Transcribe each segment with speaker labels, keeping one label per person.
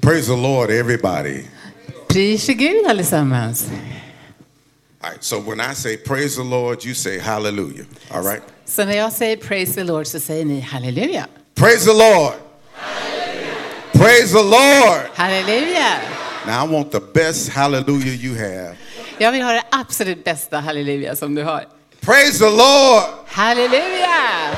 Speaker 1: Praise the Lord, everybody.
Speaker 2: Pris i Gud allesammans.
Speaker 1: All right, so when I say praise the Lord, you say hallelujah. All right?
Speaker 2: Så när jag säger praise the Lord så säger ni halleluja.
Speaker 1: Praise the Lord. Praise the Lord.
Speaker 2: Halleluja!
Speaker 1: Now I want the best hallelujah you have.
Speaker 2: Jag vill ha det absolut bästa halleluja som du har.
Speaker 1: Praise the Lord.
Speaker 2: Halleluja!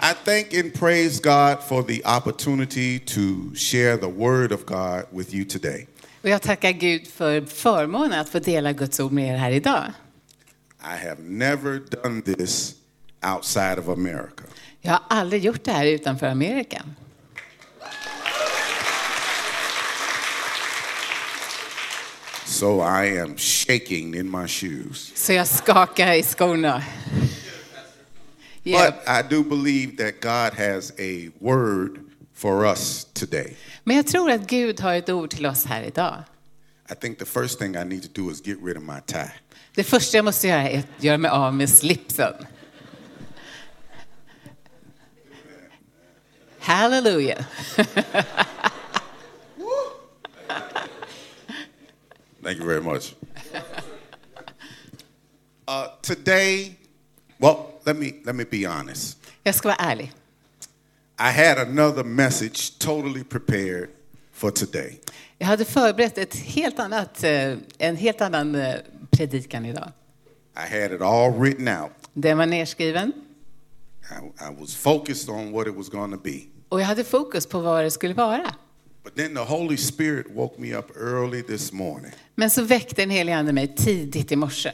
Speaker 1: I thank and praise God for the opportunity to share the word of God with you today.
Speaker 2: Och jag tackar Gud för förmånen att få dela Guds ord med er här idag.
Speaker 1: I have never done this outside of America.
Speaker 2: Jag har aldrig gjort det här utanför Amerika.
Speaker 1: So I am shaking in my shoes.
Speaker 2: Så jag skakar i skorna. Ja,
Speaker 1: But I do believe that God has a word for us today.
Speaker 2: Men jag tror att Gud har ett ord till oss här idag.
Speaker 1: I think the first thing I need to do is get rid of my tie.
Speaker 2: Det första jag måste göra är att göra mig av med slipsen. Halleluja!
Speaker 1: Thank you very much. Uh, today, well, let me let me be honest.
Speaker 2: Jag ska vara ärlig.
Speaker 1: I had another message totally prepared for today,
Speaker 2: Jag hade förberett ett helt annat, eh, en helt annan eh, predikan idag.
Speaker 1: I had it all written out.
Speaker 2: Den var nerskriven
Speaker 1: I, I was focused on what it was going to be.
Speaker 2: och jag hade fokus på vad det skulle vara.
Speaker 1: But then the Holy Spirit woke me up early this morning
Speaker 2: Men så väckte den helige Ande mig tidigt i morse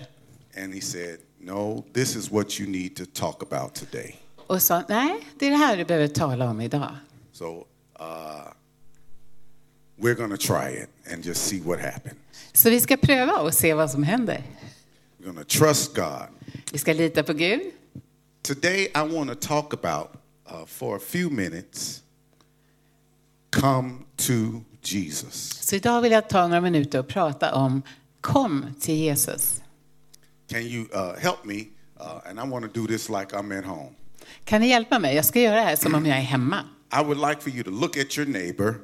Speaker 1: and he said, No, this is what you need to talk about today.
Speaker 2: och sa, nej, det är det här du behöver tala om idag.
Speaker 1: So uh, we're going to try it and just see what happens.
Speaker 2: Så vi ska pröva och se vad som händer.
Speaker 1: We're going to trust God.
Speaker 2: Vi ska lita på Gud.
Speaker 1: Today, I want to talk about uh, for a few minutes come to Jesus.
Speaker 2: Så idag vill jag ta några minuter och prata om Kom till Jesus.
Speaker 1: Can you uh, help me? Uh, and I want to do this like I'm at home.
Speaker 2: Kan ni hjälpa mig? Jag ska göra det här som om jag är hemma.
Speaker 1: I would like for you to look at your neighbor,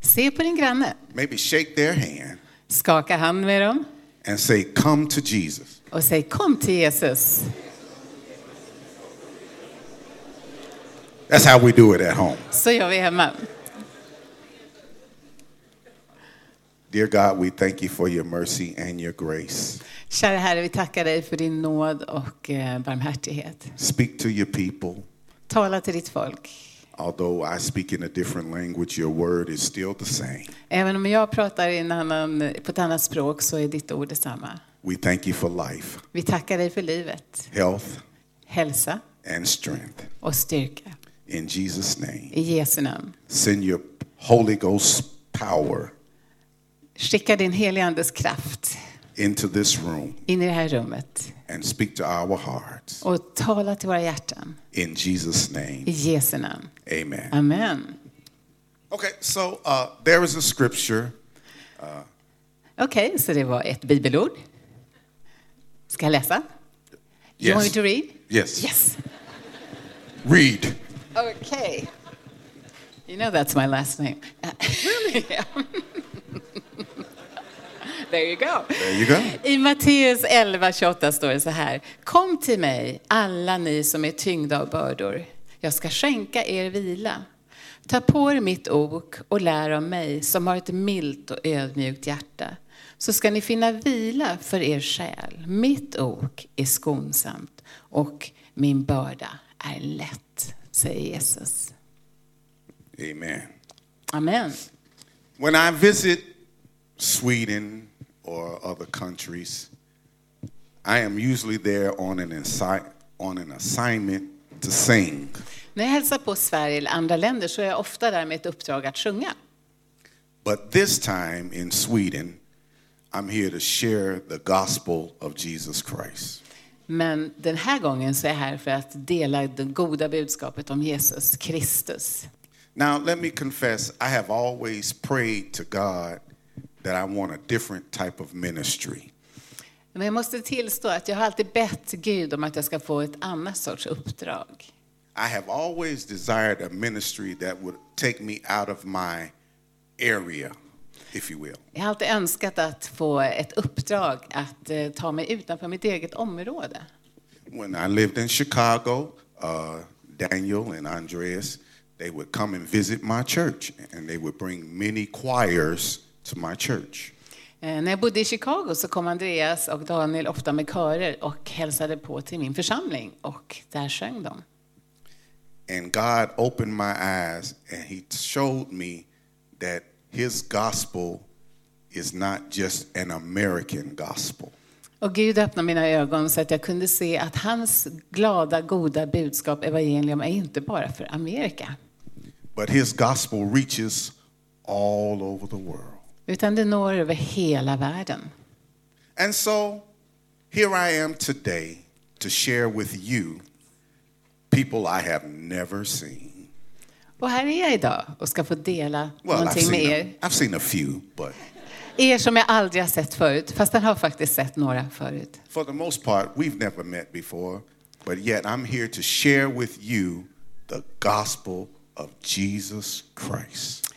Speaker 2: Se på din granne.
Speaker 1: maybe shake their hand,
Speaker 2: Skaka hand med dem
Speaker 1: and say, Come to Jesus.
Speaker 2: och säg Kom till Jesus.
Speaker 1: That's how we do it at home.
Speaker 2: Så gör vi hemma.
Speaker 1: Dear God, we thank you for your mercy and your grace.
Speaker 2: Kära Herre, vi tackar dig för din nåd och eh, barmhärtighet.
Speaker 1: Speak to your people.
Speaker 2: Tala till ditt folk.
Speaker 1: Although I speak in a different language, your word is still the same.
Speaker 2: Även om jag pratar i en annan, på ett annat språk så är ditt ord detsamma.
Speaker 1: We thank you for life,
Speaker 2: Vi tackar dig för livet,
Speaker 1: health,
Speaker 2: hälsa
Speaker 1: and strength.
Speaker 2: och styrka.
Speaker 1: In Jesus' name,
Speaker 2: I Jesu namn.
Speaker 1: send your Holy Ghost power
Speaker 2: Skicka din heliga Andes kraft
Speaker 1: into this room
Speaker 2: in i det här rummet
Speaker 1: and speak to our hearts.
Speaker 2: och tala till våra hjärtan.
Speaker 1: In Jesus'
Speaker 2: I
Speaker 1: name,
Speaker 2: Jesu namn.
Speaker 1: amen.
Speaker 2: Amen.
Speaker 1: Okay, so uh, there is a scripture
Speaker 2: Okej, så det var ett bibelord. Ska jag läsa? You
Speaker 1: Yes.
Speaker 2: want me to read?
Speaker 1: Yes.
Speaker 2: Yes.
Speaker 1: Read.
Speaker 2: Okay. You know that's my last name. Really? yeah. There you go.
Speaker 1: There you go.
Speaker 2: I Matteus 11, 28 står det så här. Kom till mig, alla ni som är tyngda av bördor. Jag ska skänka er vila. Ta på er mitt ok och lär av mig som har ett milt och ödmjukt hjärta. Så ska ni finna vila för er själ. Mitt ok är skonsamt och min börda är lätt, säger Jesus.
Speaker 1: Amen.
Speaker 2: Amen.
Speaker 1: When I visit Sweden or other countries, I am usually there on an, assi- on an assignment to sing.
Speaker 2: När jag hälsar på Sverige eller andra länder så är jag ofta där med ett uppdrag att sjunga.
Speaker 1: But this time in Sweden, I'm here to share the gospel of Jesus Christ.
Speaker 2: Men den här gången så är jag här för att dela det goda budskapet om Jesus Kristus.
Speaker 1: Now, let me confess, I have always prayed to God that I want a different type of ministry.
Speaker 2: Men jag måste tillstå att jag har alltid bett Gud om att jag ska få ett annat sorts uppdrag.
Speaker 1: I have always desired a ministry that would take me out of my area, if you will.
Speaker 2: Jag har alltid önskat att få ett uppdrag att eh, ta mig utanför mitt eget område.
Speaker 1: When I lived in Chicago, uh, Daniel and Andreas, they would come and visit my church, and they would bring many choirs to my church.
Speaker 2: Eh, När jag bodde i Chicago så kom Andreas och Daniel ofta med körer och hälsade på till min församling och där sjöng de.
Speaker 1: And God opened my eyes and He showed me that His gospel is not just an American gospel.
Speaker 2: Och Gud öppnade mina ögon så att jag kunde se att hans glada, goda budskap, evangelium, är inte bara för Amerika.
Speaker 1: But his gospel reaches all over the world.
Speaker 2: Utan det når över hela världen.
Speaker 1: And so here I am today to share with you people I have never seen.
Speaker 2: Och här är jag idag och ska få dela
Speaker 1: Well, I've
Speaker 2: någonting med
Speaker 1: seen,
Speaker 2: er.
Speaker 1: a, I've seen a few, but
Speaker 2: Er som jag aldrig har sett förut, fast jag har faktiskt sett några förut.
Speaker 1: for the most part, we've never met before. But yet I'm here to share with you the gospel of Jesus Christ.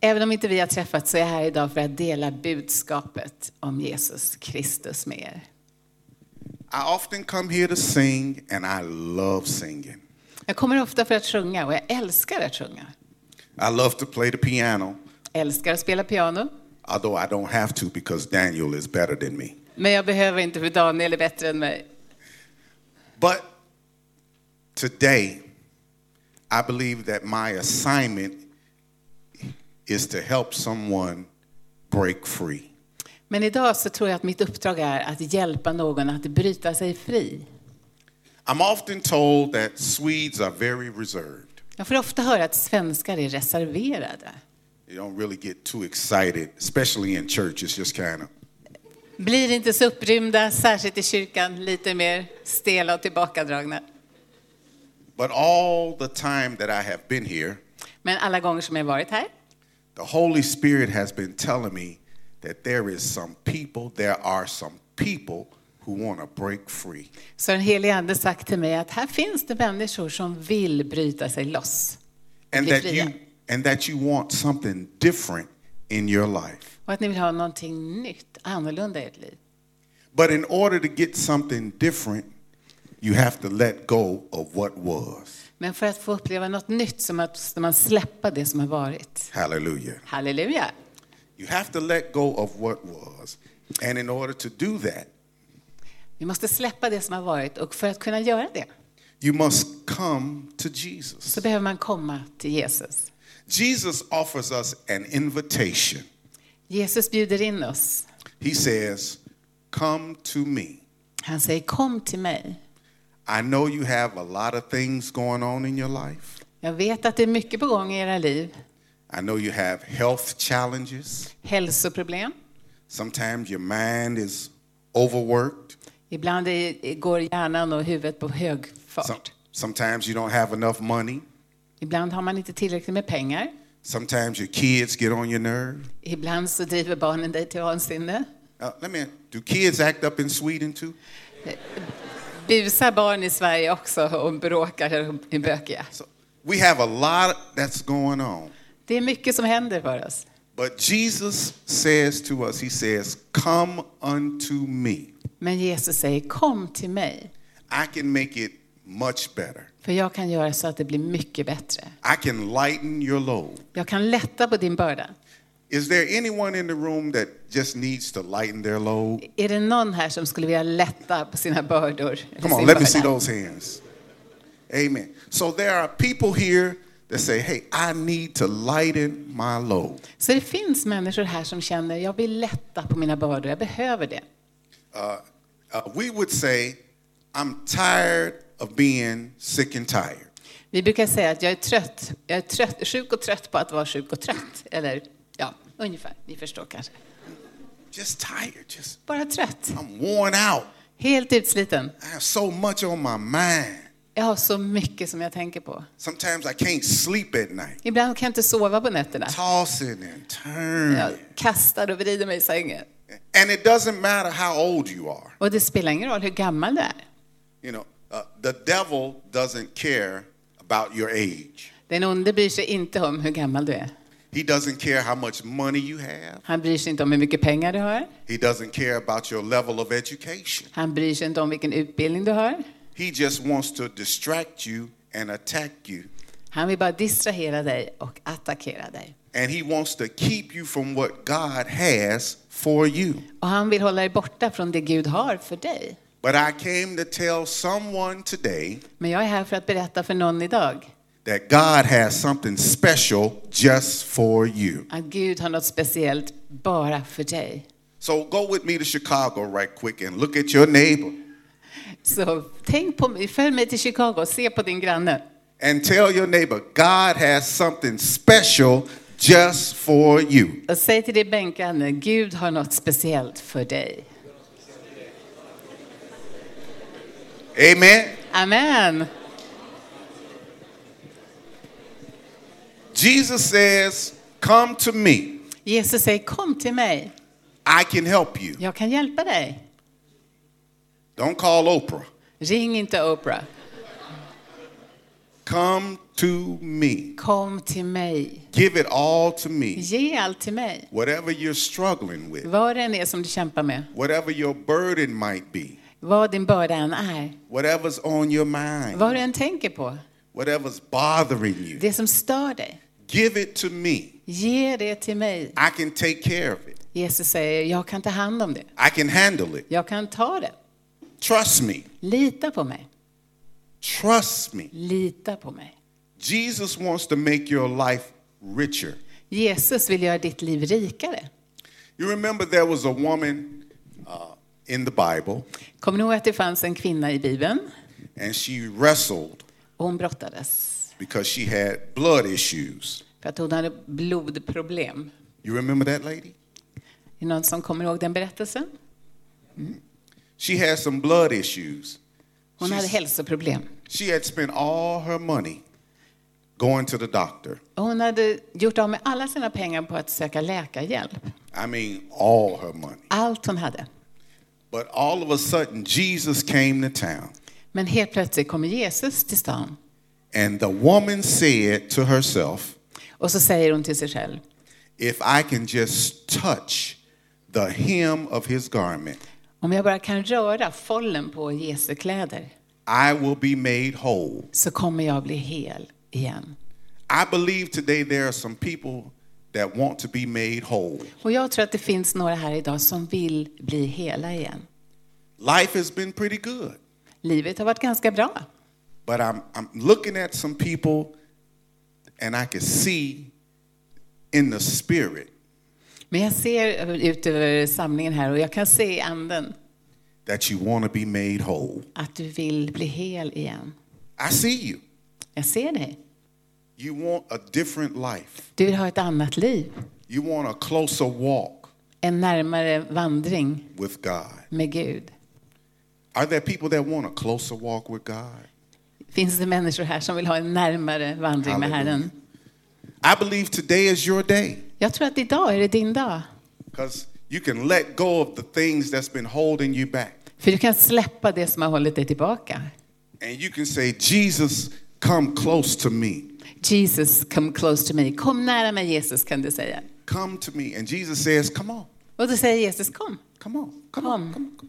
Speaker 2: Även om inte vi har träffats så är jag här idag för att dela budskapet om Jesus Kristus med er.
Speaker 1: I often come here to sing, and I love singing.
Speaker 2: Jag kommer ofta för att sjunga och jag älskar att sjunga.
Speaker 1: I love to play the piano,
Speaker 2: Älskar att spela piano,
Speaker 1: although I don't have to because Daniel is better than me.
Speaker 2: men jag behöver inte för Daniel är bättre än mig.
Speaker 1: But today, I believe that my assignment is to help someone break free.
Speaker 2: Men idag så tror jag att mitt uppdrag är att hjälpa någon att bryta sig fri.
Speaker 1: I'm often told that Swedes are very reserved.
Speaker 2: Jag får ofta höra att svenskar är reserverade.
Speaker 1: They don't really get too excited, especially in church. It's just kind of,
Speaker 2: Blir inte så upprymda, särskilt i kyrkan, lite mer stela och tillbakadragna.
Speaker 1: but all the time that I have been here,
Speaker 2: Men alla gånger som jag varit här
Speaker 1: the Holy Spirit has been telling me that there is some people, there are some people who want to break free.
Speaker 2: så har den helige Ande sagt till mig att här finns det människor som vill bryta sig loss.
Speaker 1: and
Speaker 2: Bli
Speaker 1: that
Speaker 2: fria.
Speaker 1: you and that you want something different in your life.
Speaker 2: Och att ni vill ha någonting nytt, annorlunda i ert liv.
Speaker 1: But in order to get something different, you have to let go of what was.
Speaker 2: Men för att få uppleva något nytt så måste man släppa det som har varit.
Speaker 1: Hallelujah.
Speaker 2: Halleluja!
Speaker 1: You have to let go of what was. And in order to do that,
Speaker 2: Vi måste släppa det som har varit och för att kunna göra det
Speaker 1: you must come to
Speaker 2: så
Speaker 1: Jesus.
Speaker 2: behöver man komma till Jesus.
Speaker 1: Jesus offers us an invitation.
Speaker 2: Jesus bjuder in oss.
Speaker 1: He says, "Come to me.
Speaker 2: Han säger kom till mig.
Speaker 1: I know you have a lot of things going on in your life.
Speaker 2: Jag vet att det är mycket på gång i era liv.
Speaker 1: I know you have health challenges.
Speaker 2: Hälsoproblem.
Speaker 1: Sometimes your mind is overworked.
Speaker 2: Ibland är- går hjärnan och huvudet på högfart.
Speaker 1: Some- sometimes you don't have enough money.
Speaker 2: Ibland har man inte tillräckligt med pengar.
Speaker 1: Sometimes your kids get on your nerve.
Speaker 2: Ibland så driver barnen dig till vansinne.
Speaker 1: Uh, let me. Do kids act up in Sweden too?
Speaker 2: Busar barn i Sverige också och bråkar och är bökiga.
Speaker 1: So we have a lot that's going on.
Speaker 2: Det är mycket som händer för oss.
Speaker 1: But Jesus says to us, He says, "Come unto me.
Speaker 2: Men Jesus säger kom till mig,
Speaker 1: I can make it much better.
Speaker 2: för jag kan göra så att det blir mycket bättre.
Speaker 1: I can lighten your load."
Speaker 2: Jag kan lätta på din börda.
Speaker 1: Is there anyone in the room that just needs to lighten their load?
Speaker 2: Är det någon här som skulle vilja lätta på sina bördor? eller
Speaker 1: Come on, let
Speaker 2: sin
Speaker 1: me
Speaker 2: börda?
Speaker 1: see those hands. Amen. So there are people here that say, hey, I need to lighten my load.
Speaker 2: Så det finns människor här som känner, jag vill lätta på mina bördor, jag behöver det.
Speaker 1: Uh, uh, we would say, I'm tired of being sick and tired.
Speaker 2: Vi brukar säga att jag är trött, jag är trött, sjuk och trött på att vara sjuk och trött. Eller ja, ungefär, ni förstår kanske.
Speaker 1: Just tired. Just,
Speaker 2: Bara trött,
Speaker 1: I'm worn out.
Speaker 2: helt utsliten.
Speaker 1: I have so much on my mind.
Speaker 2: Jag har så mycket som jag tänker på.
Speaker 1: Sometimes I can't sleep at night.
Speaker 2: Ibland kan jag inte sova på nätterna.
Speaker 1: Tossing and turning.
Speaker 2: Jag kastar och vrider mig i sängen.
Speaker 1: And it doesn't matter how old you are.
Speaker 2: Och det spelar ingen roll hur gammal du är.
Speaker 1: You know, Uh, the devil doesn't care about your age.
Speaker 2: Den onde bryr sig inte om hur gammal du är.
Speaker 1: He doesn't care how much money you have.
Speaker 2: Han bryr sig inte om hur mycket pengar du har.
Speaker 1: He doesn't care about your level of education.
Speaker 2: Han bryr sig inte om vilken utbildning du har.
Speaker 1: He just wants to distract you and attack you.
Speaker 2: Han vill bara distrahera dig och attackera dig.
Speaker 1: And he wants to keep you from what God has for you.
Speaker 2: Och han vill hålla dig borta från det Gud har för dig.
Speaker 1: But I came to tell someone today
Speaker 2: Men jag är här för att berätta för någon idag
Speaker 1: that God has something special just for you.
Speaker 2: att Gud har något speciellt bara för dig.
Speaker 1: So go with me to Chicago right quick and look at your neighbor
Speaker 2: Så tänk på mig, följ mig till Chicago och se på din granne.
Speaker 1: and tell your neighbor God has something special just for you.
Speaker 2: Och säg till din bänkgranne, Gud har något speciellt för dig.
Speaker 1: Amen.
Speaker 2: Amen.
Speaker 1: Jesus says, "Come to me.
Speaker 2: Jesus säger, kom till mig,
Speaker 1: I can help you."
Speaker 2: jag kan hjälpa dig.
Speaker 1: Don't call Oprah.
Speaker 2: Ring inte Oprah,
Speaker 1: Come to me.
Speaker 2: kom till mig.
Speaker 1: Give it all to me.
Speaker 2: Ge allt till mig.
Speaker 1: Whatever you're struggling with,
Speaker 2: Vad det än är som du kämpar med,
Speaker 1: whatever your burden might be,
Speaker 2: vad din börda än är,
Speaker 1: whatever's on your mind,
Speaker 2: vad du än tänker på,
Speaker 1: whatever's bothering you,
Speaker 2: det som stör dig,
Speaker 1: give it to me.
Speaker 2: ge det till mig.
Speaker 1: I can take care of it.
Speaker 2: Jesus säger, jag kan ta hand om det.
Speaker 1: I can handle it.
Speaker 2: Jag kan ta det.
Speaker 1: Trust me.
Speaker 2: Lita på mig.
Speaker 1: Trust me.
Speaker 2: Lita på mig.
Speaker 1: Jesus wants to make your life richer.
Speaker 2: Jesus vill göra ditt liv rikare.
Speaker 1: You remember there was a woman uh, in the Bible,
Speaker 2: Kommer ni ihåg att det fanns en kvinna i Bibeln?
Speaker 1: and she wrestled
Speaker 2: Och hon brottades
Speaker 1: because she had blood issues.
Speaker 2: för att hon hade blodproblem.
Speaker 1: You remember that lady?
Speaker 2: Är det någon som kommer ihåg den berättelsen?
Speaker 1: She had some blood issues.
Speaker 2: Hon hade
Speaker 1: She's-
Speaker 2: hälsoproblem.
Speaker 1: She had spent all her money going to the doctor.
Speaker 2: Och Hon hade gjort av med alla sina pengar på att söka läkarhjälp.
Speaker 1: I mean, all her money.
Speaker 2: Allt hon hade.
Speaker 1: But all of a sudden, Jesus came to town.
Speaker 2: Men helt plötsligt kommer Jesus till stan.
Speaker 1: And the woman said to herself,
Speaker 2: Och så säger hon till sig själv,
Speaker 1: If I can just touch the hem of his garment,
Speaker 2: om jag bara kan röra follen på Jesu kläder
Speaker 1: I will be made whole.
Speaker 2: så kommer jag bli hel igen.
Speaker 1: I believe today there are some people that want to be made whole.
Speaker 2: Och jag tror att det finns några här idag som vill bli hela igen.
Speaker 1: Life has been pretty good,
Speaker 2: Livet har varit ganska bra.
Speaker 1: but I'm, I'm looking at some people and I can see in the spirit
Speaker 2: Men jag ser ut över samlingen här och jag kan se i anden
Speaker 1: that you want to be made whole.
Speaker 2: att du vill bli hel igen.
Speaker 1: I see you.
Speaker 2: Jag ser dig.
Speaker 1: You want a different life,
Speaker 2: Du vill ha ett annat liv.
Speaker 1: you want a closer walk
Speaker 2: En närmare vandring
Speaker 1: with God.
Speaker 2: med Gud.
Speaker 1: Are there people that want a closer walk with God?
Speaker 2: Finns det människor här som vill ha en närmare vandring med
Speaker 1: Halleluja.
Speaker 2: Herren?
Speaker 1: I believe today is your day
Speaker 2: Jag tror att idag är det din dag.
Speaker 1: because you can let go of the things that's been holding you back.
Speaker 2: För du kan släppa det som har hållit dig tillbaka.
Speaker 1: And you can say, Jesus, come close to me.
Speaker 2: Jesus, come close to me. Kom nära mig Jesus, kan du säga.
Speaker 1: Come to me. And Jesus says, Come on,
Speaker 2: Och då säger Jesus, kom.
Speaker 1: come on, come
Speaker 2: Come.
Speaker 1: on, come on. Come on.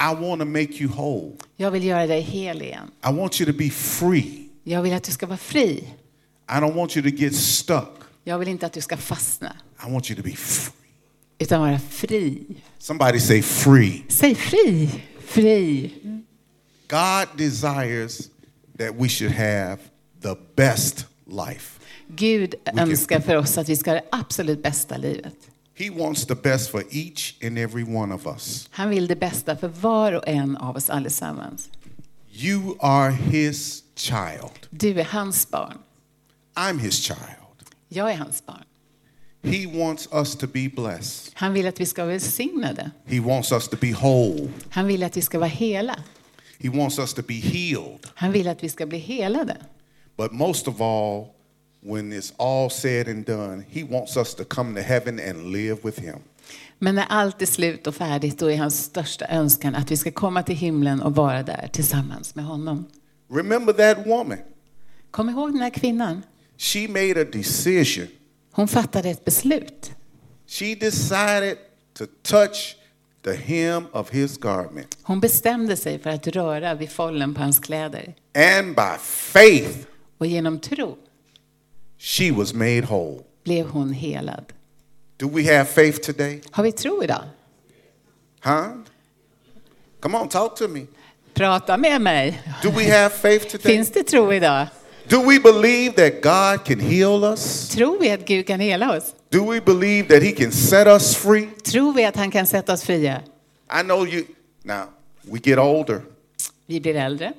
Speaker 1: I want to make you whole.
Speaker 2: Jag vill göra dig hel igen.
Speaker 1: I want you to be free.
Speaker 2: Jag vill att du ska vara fri.
Speaker 1: I don't want you to get stuck.
Speaker 2: Jag vill inte att du ska fastna,
Speaker 1: I want you to be free.
Speaker 2: utan vara fri.
Speaker 1: Somebody say, Free.
Speaker 2: Säg fri, fri.
Speaker 1: God desires that we should have the best life.
Speaker 2: Gud
Speaker 1: can-
Speaker 2: önskar för oss att vi ska ha det absolut bästa livet.
Speaker 1: He wants the best for each and every one of us.
Speaker 2: Han vill det bästa för var och en av oss allesammans.
Speaker 1: You are His child.
Speaker 2: Du är hans barn.
Speaker 1: I'm His child.
Speaker 2: Jag är hans barn.
Speaker 1: He wants us to be blessed.
Speaker 2: Han vill att vi ska vara välsignade.
Speaker 1: He wants us to be whole.
Speaker 2: Han vill att vi ska vara hela.
Speaker 1: He wants us to be healed.
Speaker 2: Han vill att vi ska bli helade.
Speaker 1: But most of all, when it's all said and done, He wants us to come to heaven and live with Him.
Speaker 2: Men när allt är slut och färdigt, då är hans största önskan att vi ska komma till himlen och vara där tillsammans med honom.
Speaker 1: Remember that woman.
Speaker 2: Kom ihåg den här kvinnan.
Speaker 1: She made a decision.
Speaker 2: Hon fattade ett beslut.
Speaker 1: She decided to touch the hem of his garment.
Speaker 2: Hon bestämde sig för att röra vid follen på hans kläder.
Speaker 1: And by faith,
Speaker 2: Och genom tro
Speaker 1: she was made whole.
Speaker 2: blev hon helad.
Speaker 1: Do we have faith today?
Speaker 2: Har vi tro idag?
Speaker 1: Huh? Come on, talk to me.
Speaker 2: Prata med mig.
Speaker 1: Do we have faith today?
Speaker 2: Finns det tro idag?
Speaker 1: Do we believe that God can heal us?
Speaker 2: Tror vi att Gud kan hela oss?
Speaker 1: Do we believe that He can set us free?
Speaker 2: Tror vi att han kan sätta oss fria?
Speaker 1: I know you. Now, we get older.
Speaker 2: Vi blir äldre.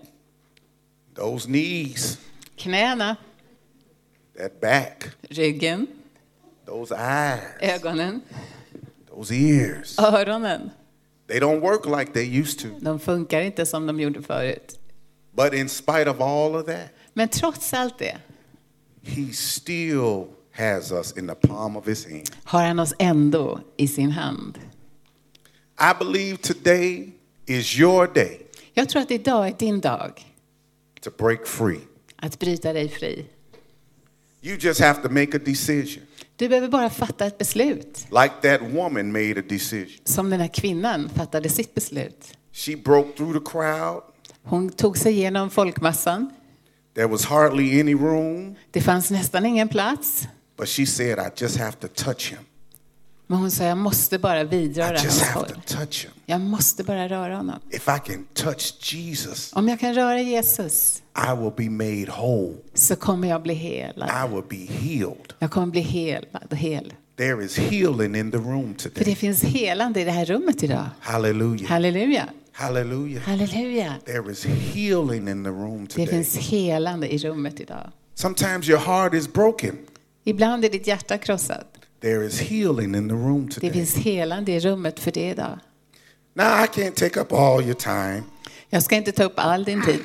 Speaker 1: Those knees,
Speaker 2: Knäna,
Speaker 1: that back,
Speaker 2: ryggen,
Speaker 1: those eyes,
Speaker 2: ögonen,
Speaker 1: those ears,
Speaker 2: öronen.
Speaker 1: they don't work like they used to.
Speaker 2: De funkar inte som de gjorde förut.
Speaker 1: But in spite of all of that,
Speaker 2: Men trots allt det
Speaker 1: He still has us in the palm of His hand.
Speaker 2: har han oss ändå i sin hand.
Speaker 1: I believe today is your day
Speaker 2: Jag tror att idag är din dag
Speaker 1: to break free.
Speaker 2: att bryta dig fri.
Speaker 1: You just have to make a decision,
Speaker 2: Du behöver bara fatta ett beslut,
Speaker 1: like that woman made a decision.
Speaker 2: som den här kvinnan fattade sitt beslut.
Speaker 1: She broke through the crowd.
Speaker 2: Hon tog sig igenom folkmassan.
Speaker 1: There was hardly any room,
Speaker 2: Det fanns nästan ingen plats.
Speaker 1: but she said, I just have to touch him.
Speaker 2: Men hon sa, jag måste bara
Speaker 1: I
Speaker 2: vidröra
Speaker 1: just
Speaker 2: hans
Speaker 1: have to
Speaker 2: folk.
Speaker 1: touch him.
Speaker 2: Jag måste bara röra honom.
Speaker 1: If I can touch Jesus,
Speaker 2: Om jag kan röra Jesus
Speaker 1: I will be made whole.
Speaker 2: så kommer jag bli helad.
Speaker 1: I will be healed.
Speaker 2: Jag kommer bli helad och hel.
Speaker 1: There is healing in the room
Speaker 2: För det
Speaker 1: today.
Speaker 2: finns helande i det här rummet idag.
Speaker 1: Hallelujah.
Speaker 2: Halleluja.
Speaker 1: Hallelujah.
Speaker 2: Halleluja.
Speaker 1: There is healing in the room
Speaker 2: Det
Speaker 1: today.
Speaker 2: finns helande i rummet idag.
Speaker 1: Sometimes your heart is broken.
Speaker 2: Ibland är ditt hjärta krossat.
Speaker 1: There is healing in the room
Speaker 2: Det
Speaker 1: today.
Speaker 2: finns helande i rummet för det idag.
Speaker 1: Now, I can't take up all your time,
Speaker 2: Jag ska inte ta upp all din tid,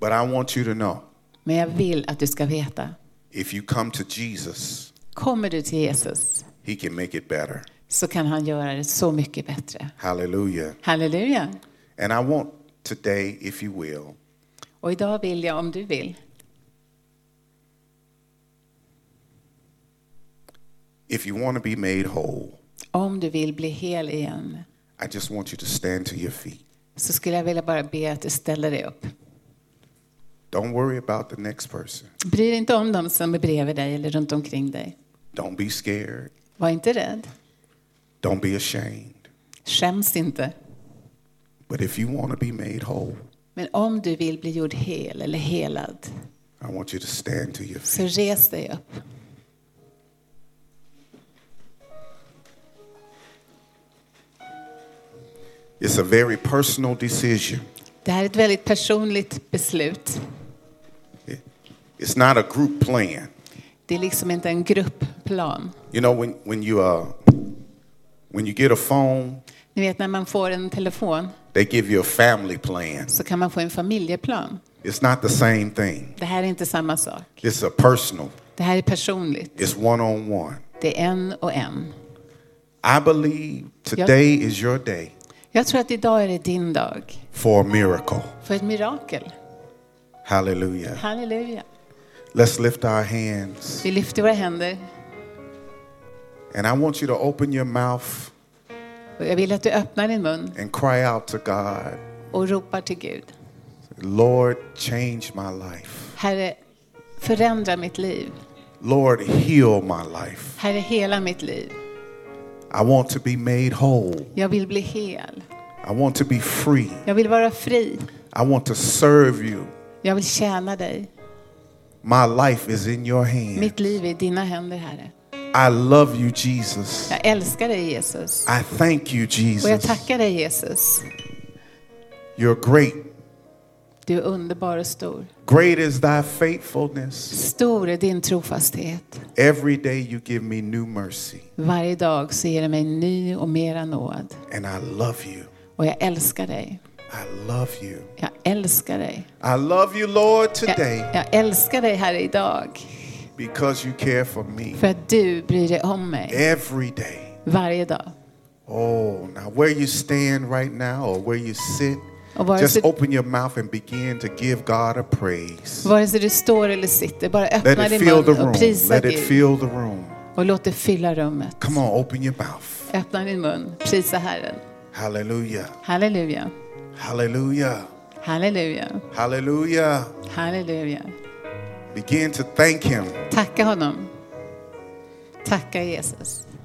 Speaker 1: but I want you to know
Speaker 2: men jag vill att du ska veta.
Speaker 1: if you come to Jesus,
Speaker 2: Kommer du till Jesus
Speaker 1: he can make it better.
Speaker 2: så kan han göra det så mycket bättre.
Speaker 1: Hallelujah.
Speaker 2: Halleluja.
Speaker 1: And I want today, if you will,
Speaker 2: Och idag vill jag, om du vill,
Speaker 1: if you want to be made whole,
Speaker 2: om du vill bli hel igen,
Speaker 1: I just want you to stand to your feet.
Speaker 2: så skulle jag vilja bara be att du ställer dig upp.
Speaker 1: Don't worry about the next person.
Speaker 2: Bry dig inte om dem som är bredvid dig eller runt omkring dig.
Speaker 1: Don't be scared.
Speaker 2: Var inte rädd.
Speaker 1: Don't be ashamed.
Speaker 2: Skäms inte.
Speaker 1: But if you want to be made whole,
Speaker 2: Men om du vill bli gjord hel eller helad,
Speaker 1: I want you to stand to your feet.
Speaker 2: så res dig upp.
Speaker 1: It's a very personal decision.
Speaker 2: Det här är ett väldigt personligt beslut.
Speaker 1: It- It's not a group plan.
Speaker 2: Det är liksom inte en gruppplan.
Speaker 1: You know, when, when, you, uh, when you get a phone,
Speaker 2: Ni vet när man får en telefon
Speaker 1: they give you a family plan.
Speaker 2: så kan man få en familjeplan.
Speaker 1: It's not the same thing.
Speaker 2: Det här är inte samma sak.
Speaker 1: It's a personal,
Speaker 2: Det här är personligt.
Speaker 1: it's one on one.
Speaker 2: Det är en och en.
Speaker 1: I believe today is your day
Speaker 2: Jag tror att idag är det din dag
Speaker 1: for a miracle.
Speaker 2: för ett mirakel.
Speaker 1: Hallelujah.
Speaker 2: Halleluja.
Speaker 1: Let's lift our hands.
Speaker 2: Vi lyfter våra händer
Speaker 1: And I want you to open your mouth
Speaker 2: och jag vill att du öppnar din mun
Speaker 1: and cry out to God,
Speaker 2: och ropar till Gud.
Speaker 1: Lord, change my life.
Speaker 2: Herre, förändra mitt liv.
Speaker 1: Lord, heal my life.
Speaker 2: Herre, hela mitt liv.
Speaker 1: I want to be made whole.
Speaker 2: Jag vill bli hel.
Speaker 1: I want to be free.
Speaker 2: Jag vill vara fri.
Speaker 1: I want to serve you.
Speaker 2: Jag vill tjäna dig.
Speaker 1: My life is in your hand.
Speaker 2: Mitt liv är i dina händer, Herre.
Speaker 1: I love you, Jesus.
Speaker 2: Jag älskar dig, Jesus.
Speaker 1: I thank you,
Speaker 2: Och jag
Speaker 1: Jesus.
Speaker 2: tackar dig, Jesus.
Speaker 1: You're great.
Speaker 2: Du är underbar och stor.
Speaker 1: Great is thy faithfulness.
Speaker 2: Stor är din trofasthet.
Speaker 1: Every day you give me new mercy.
Speaker 2: Varje dag så ger du mig ny och mera nåd.
Speaker 1: And I love you.
Speaker 2: Och jag älskar dig.
Speaker 1: I love you.
Speaker 2: Jag älskar dig.
Speaker 1: I love you, Lord,
Speaker 2: Jag,
Speaker 1: today.
Speaker 2: jag älskar dig, Herre, idag.
Speaker 1: because you care for me
Speaker 2: För att du bryr dig om mig
Speaker 1: every day.
Speaker 2: varje dag.
Speaker 1: Oh, now where you stand right now or where you sit,
Speaker 2: Och vare
Speaker 1: just
Speaker 2: sig,
Speaker 1: open your mouth and begin to give God a praise.
Speaker 2: vare sig du står eller sitter, bara
Speaker 1: Let
Speaker 2: öppna
Speaker 1: it
Speaker 2: din
Speaker 1: fill the
Speaker 2: mun
Speaker 1: room.
Speaker 2: och prisa
Speaker 1: Let it
Speaker 2: Gud.
Speaker 1: fill the room.
Speaker 2: Och låt det fylla rummet.
Speaker 1: Come on, open your mouth.
Speaker 2: Öppna din mun, prisa Herren.
Speaker 1: Hallelujah.
Speaker 2: Halleluja,
Speaker 1: Hallelujah.
Speaker 2: halleluja,
Speaker 1: Hallelujah.
Speaker 2: halleluja.
Speaker 1: Begin to thank Him.
Speaker 2: Tacka honom. Tacka Jesus.